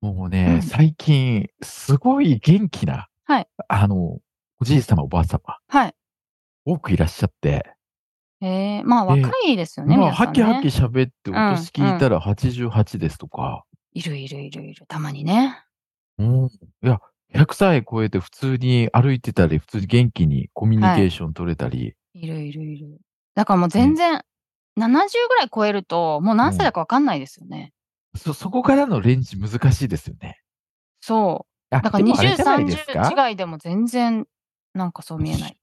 もううね、ん最近、すごい元気な、はいあの、おじい様、おばあ様、はい多くいらっしゃって、えー、まあええ若いですよね、まあ、皆さはんきねはき喋って、おん年聞いたら88ですとか、いるいるいるいるたまにねうんいや、100歳超えて普通に歩いてたり、普通に元気にコミュニケーション取れたり、いるいるいるだからもう全然、70ぐらい超えるともう何歳だかわかんないですよね、そ、そこからのレンジ難しいですよね。そあうだからでもあれじゃないですか2030違いでも全然なんかそう見えない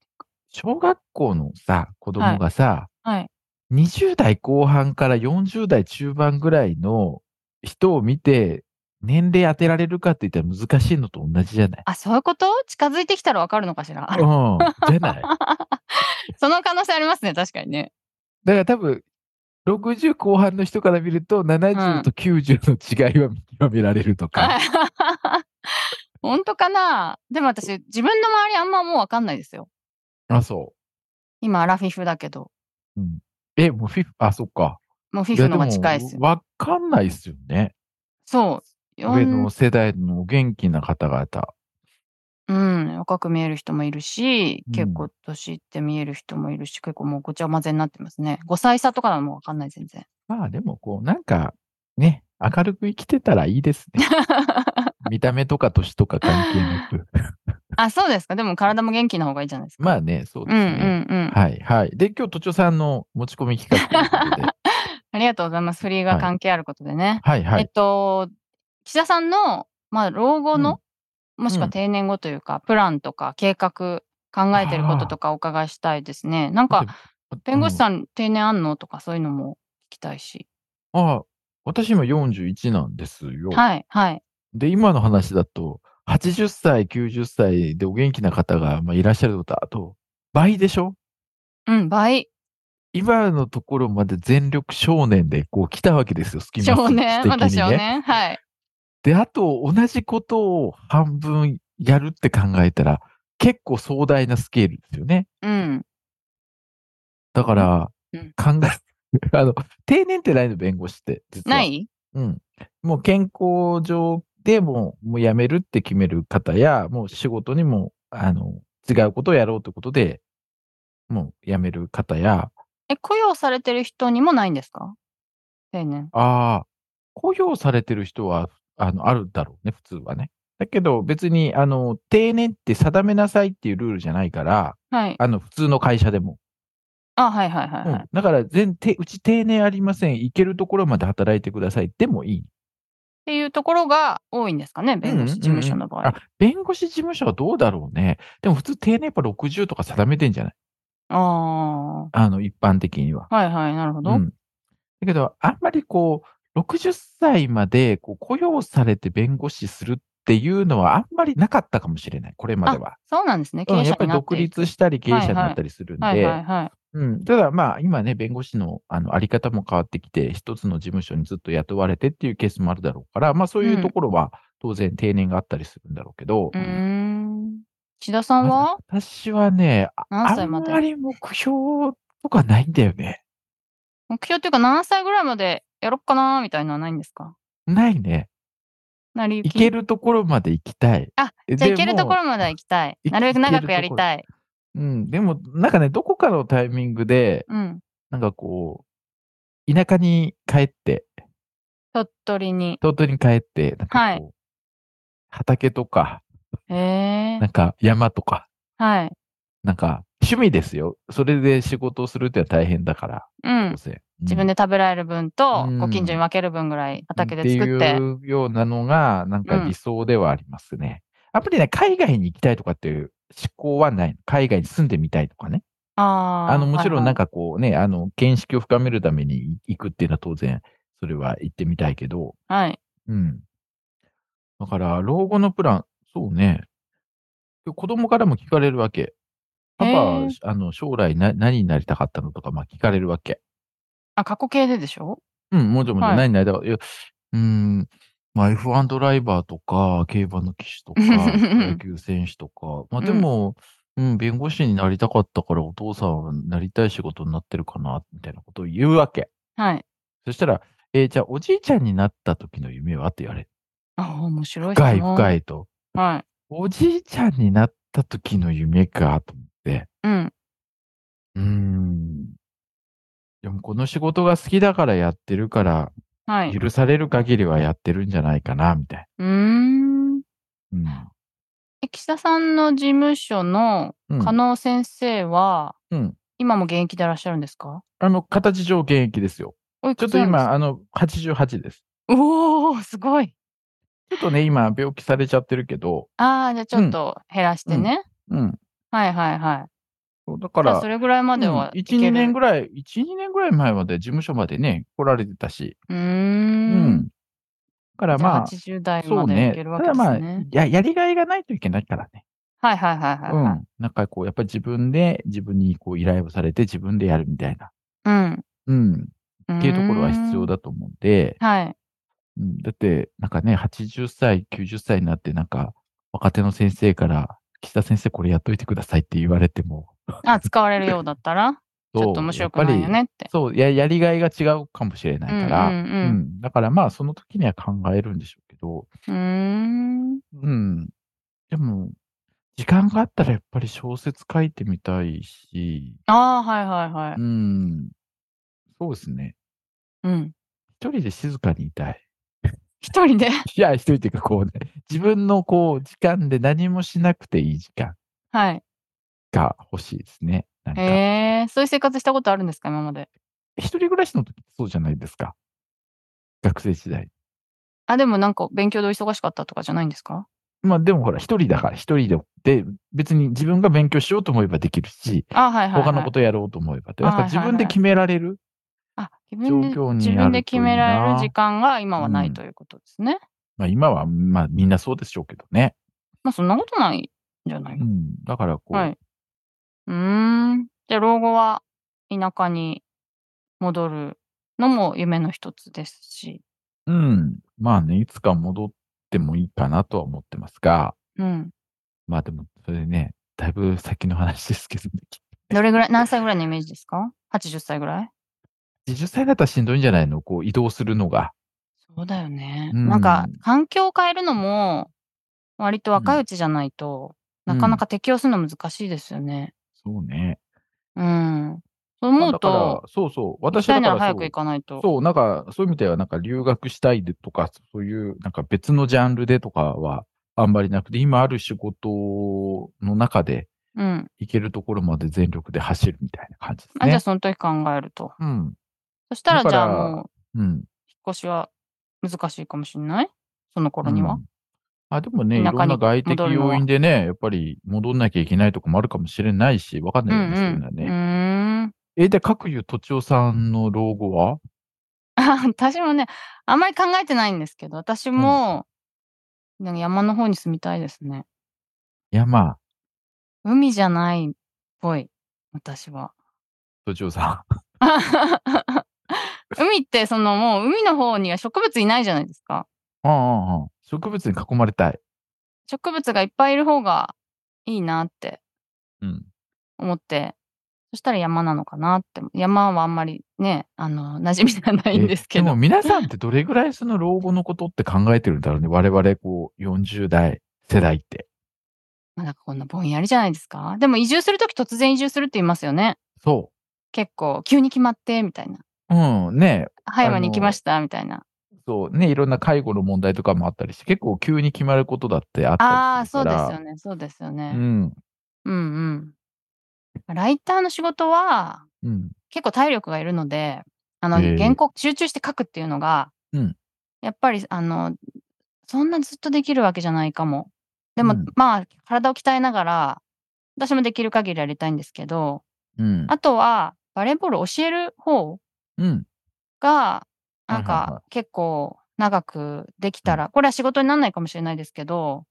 小学校のさ、子供がさ、はいはい20代後半から40代中盤ぐらいの人を見て、年齢当てられるかって言ったら難しいのと同じじゃないあそういうこと近づいてきたらわかるのかしらうん、じゃない。だか その可能性ありますね確かにねら多分、60後半の人から見るうと、ん70と90の違いは見極められるとか。 本当かなでも私自分の周りあんまもうわかんないですよあ、そ今アラフィフだけどう。うん、え、もうフィフ、あ、そっか。もうフフィフの方が近いですよわかんないっすよね。そうよん上の世代のお元気な方々。うん、若く見える人もいるし、うん結構年いって見える人もいるし、結構もうごちゃ混ぜになってますね。5歳差とかなのもわかんない、全然。 まあでも、こう、なんか、ね、明るく生きてたらいいです ね。見た目とか年とか関係なく。あ、そうですか。でも体も元気な方がいいじゃないですか。まあね、そうでうんすうね。んうん。はいはい。で、今日、都庁さんの持ち込み企画とい うことで。ありがとうございます。フリーがはい関係あることでね。はいはえっい。と、岸田さんの、まあ、老後の、もしくはうん定年後というか、プランとか計画、考えてることとかお伺いしたいですね。なんか、弁護士ん。さん定年あんのとかそういうのも聞きたいし。ああ、私今41なんですよ。はい、はい。で、今の話だと、80歳、90歳でお元気な方がまあいらっしゃることだと、倍でしょうん、倍。今のところまで全力少年でこう来たわけですよ、隙間少年、的に私はね。はい。で、あと同じことを半分やるって考えたら、結構壮大なスケールですよね。うん。だから、うん考え、 あの、定年ってないの、弁護士って。実はないうん。もう健康上でもう、もう辞めるって決める方や、もう仕事にも、あの、違うことをやろうということで、もう辞める方や、え、雇用されてる人にもないんですか定年。ああ、雇用されてる人は、あの、あるだろうね、普通はね。だけど、別に、あの、定年って定めなさいっていうルールじゃないから、はい。あの、普通の会社でも。あ、はいはいはい、はいうんだから全、てうち定年ありません。行けるところまで働いてください。でもいい。っていうところが多いんですかね、弁護士事務所の場合。あ、弁護士事務所はどうだろうね。でも普通定年やっぱ60とか定めてんじゃないああの、一般的には。あ。はいはい、なるほど。うん。だけど、あんまりこう、60歳までこう雇用されて弁護士するっていうのはあんまりなかったかもしれない。これまでは。そうなんですね、経うん営や者っぱにりなって独いく。立したり経営者になったりするんで、はいはいはい。うん、ただまあ今ね、弁護士のあのあり方も変わってきて、一つの事務所にずっと雇われてっていうケースもあるだろうから、まあそういうところは当然定年があったりするんだろうけど、うーん。志田さんまはず私はね、あ何あ歳んまでまり目標とかないんだよね。目標っていうか何歳ぐらいまでやろっかなーみたいなのはないんですかないね。なりゆき。行けるところまで行きたい。あ、じゃあ行けるところまでは行きたい。行なるべく長くやり行けるところたい。うん、でもなんかね、どこかのタイミングで、うん。なんかこう、田舎に帰って、鳥取に。東京に帰って、なんかこう、はい畑とか、へえなんか山とか、はい。なんか、趣味ですよ。それで仕事をするってのは大変だから、うん当。然。自分でで食べられる分と、うんご近所に分ける分ぐらい畑で作っってて。いうようなのが、なんか理想ではありますね。やっぱりね、海外に行きたいとかっていう思考はないの。海外に住んでみたいとかね。あーあの、もちろんなんはかこうね、あの、見識を深めるために行くっていうのは当然、それは行ってみたいけど、いはい、はいうん。だから、老後のプラン、そうね。子供からも聞かれるわけ。パパへはー、あの、将来な、何になりたかったのとか、まあ聞かれるわけ。あ、過去形ででしょうん、もちろん、もちろんはい何になりたかった。いや、うーん、まあ F1 ドライバーとか、競馬の騎手 とか、野球選手とか。まあでも、うん、弁護士になりたかったから、お父さんはなりたい仕事になってるかな、みたいなことを言うわけ。はい。そしたら、えーじゃあ、おじいちゃんになった時の夢はって言われる。あ、面白い質深い問。深い。いと。はい。おじいちゃんになった時の夢か、と思って。うん。うーん。でも、この仕事が好きだからやってるから、はい。許される限りはやってるんじゃないかな、みたいうーん。な。え岸田さんの事務所のうん。うん加納先生は、うん今も現役でいらっしゃるんですかあの、形上現役ですよ。おいちょくっつとなんです今、かあの、88です。おー、すごい。ちょっとね、今、病気されちゃってるけど、ああ、じゃあちょっと減らしてね。うん。はいはいはい。そうだかじゃあら、それぐらいまではうんい1、ける。 2年ぐらい、1、2年ぐらい前まで事務所までね、来られてたし。うー。うんん。だからじゃまああ、 80代そまうでいね。けたるわけだですまあね。や、やりがいがないといけないからね。はいはいはいはい。うはいん。なんかこう、やっぱり自分で、自分にこう依頼をされて自分でやるみたいな。うん。うん。っていうところは必要だ。だと思うんで、はい。うん、だって、なんかね、80歳、90歳になって、なんか、若手の先生から、岸田先生これやっといてくださいって言われても、あ、使われるようだったら、ちそうょっと面白くないよやっぱねってり。そうや、やりがいが違うかもしれないから、うんうんううんんだからまあ、その時には考えるんでしょうけど、うーん。うん。でも、時間があったらやっぱり小説書いてみたいし、ああ、はいはいはうい。ん。そうですね。うん。一人で静かにいたい。一人で いや、一人っていうかこうね、自分のこう、時間で何もしなくていい時間はい。が欲しいですね。なんか、へえ、そういう生活したことあるんですか、今まで。一人暮らしの時ってそうじゃないですか。学生時代。あ、でもなんか勉強でお忙しかったとかじゃないんですかまあでもほら、一人だから、一人で、で、別に自分が勉強しようと思えばできるし、あ、はいはい、はい。他のことやろうと思えばって、はいなんはいかはい自分で決められる。あ、自分で状況に自あ分るといいなで決められる時間が今はなうんいということですね。まあ今は、まあみんなそうでしょうけどね。まあそんなことないんじゃないうの、ん。だからこう、はい。うーん。じゃあ老後は田舎に戻るのも夢の一つですし。うん。まあね、いつか戻ってもいいかなとは思ってますが、うん。まあでも、それね、だいぶ先の話ですけど、ね、どれぐらい、何歳ぐらいのイメージですか ?80 歳ぐらい20歳だったらしんどいんじゃないのこう移動するのが。そうだよね。うんなんか環境を変えるのも割と若いうちじゃないと、うんなかなか適応するの難しいですよね。そうね。うん。そう思うだからと、、そうそう。行き私たはいだなか早ららそうく行かないと。そう、なんか、そういう意味では、なんか留学したいでとか、そういう、なんか別のジャンルでとかはあんまりなくて、今ある仕事の中でうん。行けるところまで全力で走るみたいな感じですあじゃあね。その時考えると。うん。そしたらだじかゃらあもううん。引っ越しは難しいかもしれないその頃には。うんあでもね、い田舎ろにんな外的戻るのは要因でね、やっぱり戻んなきゃいけないとこもあるかもしれないし、わかんうなんいうよね、そういうんのは。うね。ーん。え、で、各有とちおさんの老後は 私もね、あんまり考えてないんですけど、私も、なんか山の方に住みたいですね。山、海じゃないっぽい、私は。 とちおさん。海ってそのもう海の方には植物いないじゃないですか。 ああ、ああ植物に囲まれたい。植物がいっぱいいる方がいいなってうん。思って、そしたら山なのかなって。山はあんまりね、あの、馴染みがないんですけえでども。皆さんってどれぐらいその老後のことって考えてるんだろうね。我々こう40代世代って。まあなんかこんなぼんやりじゃないですか。でも移住するとき突然移住するって言いますよね。そ結構、急に決まって、みたいな。う。うん。ね葉山に行きました、みたいな。そうね、いろんな介護の問題とかもあったりして、結構急に決まることだってあったああー、りすそるうかですら。よね、そうですようね。ん。うんうん。ライターの仕事は、うん。結構体力がいるので、あの、ええ原稿集中して書くっていうのが、うんやっぱり、あの、そんなずっとできるわけじゃないかも。でも、うんまあ、体を鍛えながら、私もできる限りやりたいんですけど、うん。あとは、バレーボール教える方うん。が、なんはいはいはか、結構、長くできたら、これは仕事にならないかもしれないですけど、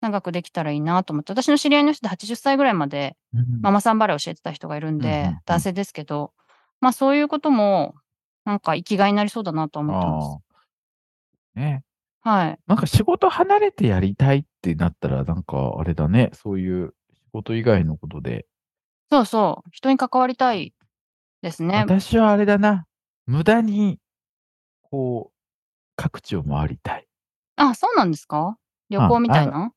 長くできたらいいなと思って、私の知り合いの人で80歳ぐらいまでママさんバレー教えてた人がいるんうんうんうでん、男性ですけど、まあそういうことも、なんか生きがいになりそうだなと思ってますあ。あ。ね。はい。なんか仕事離れてやりたいってなったら、なんかあれだね。そういう仕事以外のことで。そうそう。人に関わりたいですね。私はあれだな。無駄に、こう、各地を回りたい。あ、そうなんですか旅行みたいな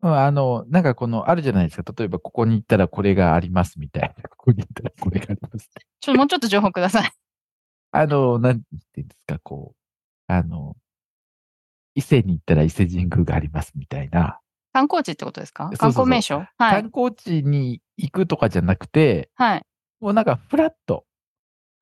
うん、あの、なんかこの、あるじゃないですか。例えば、ここに行ったらこれがありますみたいな。こ こに行ったらこれがあります。ちょ、もうちょっと情報ください。あの、なんていうんですか、こう、あの、伊勢に行ったら伊勢神宮がありますみたいな。観光地ってことですかそうそう観そう光名所はい。観光地に行くとかじゃなくて、はい。もうなんかフラット、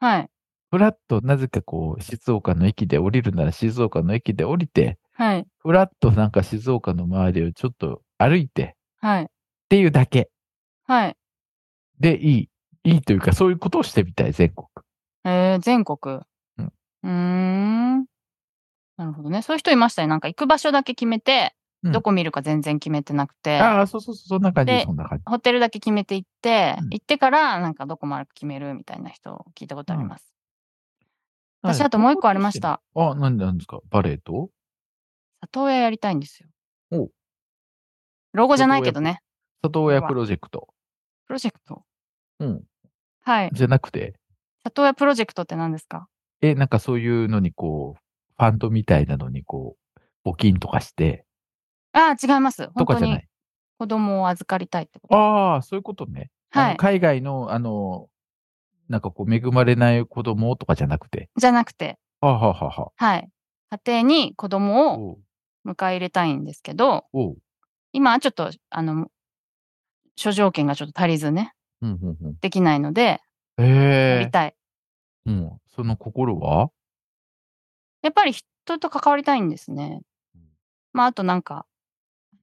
はい。フラット、なぜかこう、静岡の駅で降りるなら静岡の駅で降りて、はい。フラットなんか静岡の周りをちょっと歩いてはい。っていうだけはい。でいい。いいというか、そういうことをしてみたい、全国。えー、全国。ううんーん。なるほどね。そういう人いましたね。なんか行く場所だけ決めて、うんどこ見るか全然決めてなくて、ああ、そうそうそう、そんな感じ、でそんな感じ。ホテルだけ決めて行って、うん行ってからなんかどこ回るか決めるみたいな人を聞いたことあります。私、はいあともう一個ありまし。た。あ、何なんですかバレエと里親やりたいんですよ。お老後じゃないけどね。里親プロジェクト。プロジェクト。うん。はい。じゃなくて、里親プロジェクトって何ですかえ、なんかそういうのにこう、ファンドみたいなのにこう、募金とかして、ああ、違います。と本か当じゃなにい。子供を預かりたいってこと。ああ、そういうことね。あはのい。海外の、あの、なんかこう、恵まれない子供とかじゃなくて。じゃなくて、はあ、はあはあははい。家庭に子あ、供をおう迎え入れたいんですけど、おう。今はちょっと、あの、諸条件がちょっと足りずね、うんうんうん。できないので、やえりたい。えうん。その心はやっぱり人と関わりたいんですねうん。まあ、あとなんか、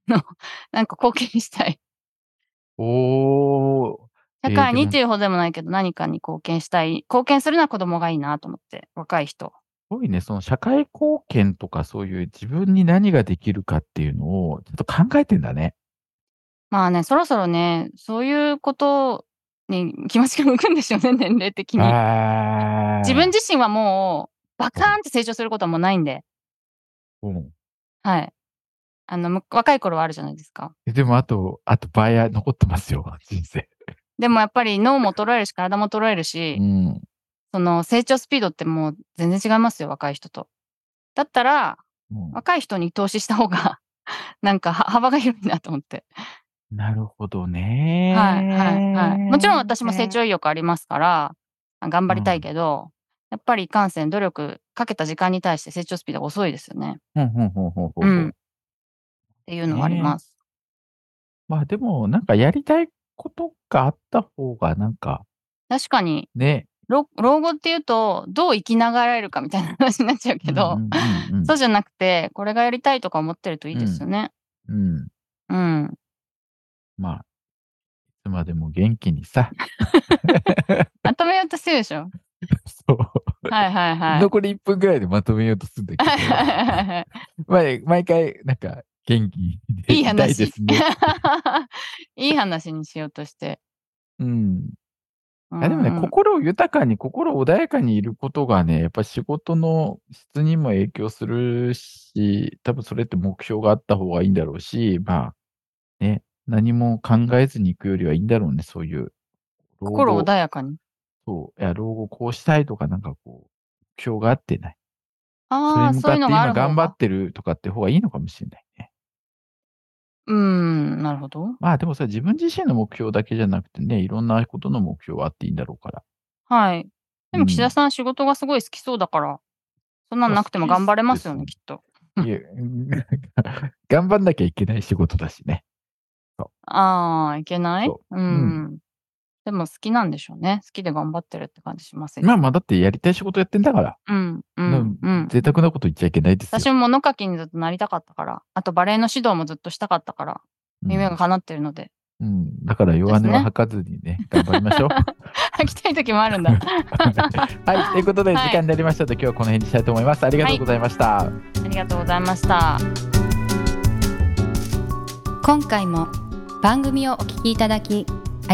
あの、 なんか貢献したい。おー。社えー会でにもっていうほどでもないけど、何かに貢献したい。貢献するのは子供がいいなと思って、若い人。すごいね、その社会貢献とかそういう自分に何ができるかっていうのをちょっと考えてんだね。まあね、そろそろね、そういうことに気持ちが向くんでしょうね、年齢的に。あー自分自身はもう、バカーンって成長することはもうないんで、うんはい。あの、む若い頃はあるじゃないですか。えでもあと、あとバイヤー残ってますよ、人生。でもやっぱり脳も衰えるし、体も衰えるし、ん。その成長スピードってもう全然違いますよ、若い人と。だったら、うん若い人に投資した方が、 なんかは幅が広いなと思って。なるほどね。はい、はい、はい。もちろん私も成長意欲ありますから、頑張りたいけど、やっぱりいかんせん努力かけた時間に対して成長スピードが遅いですよね。うん。うん、うん、うん、ううん。うっんん。ていうのがあります。まあでも、なんかやりたいことがあった方が、なんか、確かに、ね。老老後っていうと、どう生きながらえるかみたいな話になっちゃうけど、うんうんうんそうじゃなくて、これがやりたいとか思ってるといいですよね。うん。うんうん。まあ、いつまでも元気にさ。まとめようとしてるでしょ。そう。はいはい はい。 残り1分ぐらいでまとめようとするんだけど。まあ、毎回、なんか、元気に いいみたい話。ですね。 いい話にしようとして。うん。うんいやでもね、うん心を豊かに、心穏やかにいることがね、やっぱ仕事の質にも影響するし、多分それって目標があった方がいいんだろうし、まあ、ね、何も考えずに行くよりはいいんだろうね、そういう。老後心穏やかに。そう。いや、老後こうしたいとか、なんかこう、目標があってない。それあにあ、向そうかっいうてのがあ今る方頑張っが。てるとかって方がいいのかもしれないね。うん、なるほど。まあでもさ、自分自身の目標だけじゃなくてね、いろんなことの目標はあっていいんだろうから。はい。でうんも岸田さん仕事がすごい好きそうだから、そんなんなくても頑張れますよまね、あきっと。いえ、 頑張んなきゃいけない仕事だしね。ああ、いけないそううんん。でも好きなんでしょうね。好きで頑張ってるって感じしますよ。まあまあ、だってやりたい仕事やってんだから、うん、うなんん、うん。贅沢なこと言っちゃいけないですよ。私も物書きにずっとなりたかったから、あとバレエの指導もずっとしたかったから、夢が叶ってるので、 うん、うんだから弱音は吐かずにね、頑張りましょう。 きたい時もあるんだ。あはい、ということで時はい間になりましたので、今日はこの辺にしたいと思います。ありがとうございました。りがとうございました。今回も番組をお聞きいただきあ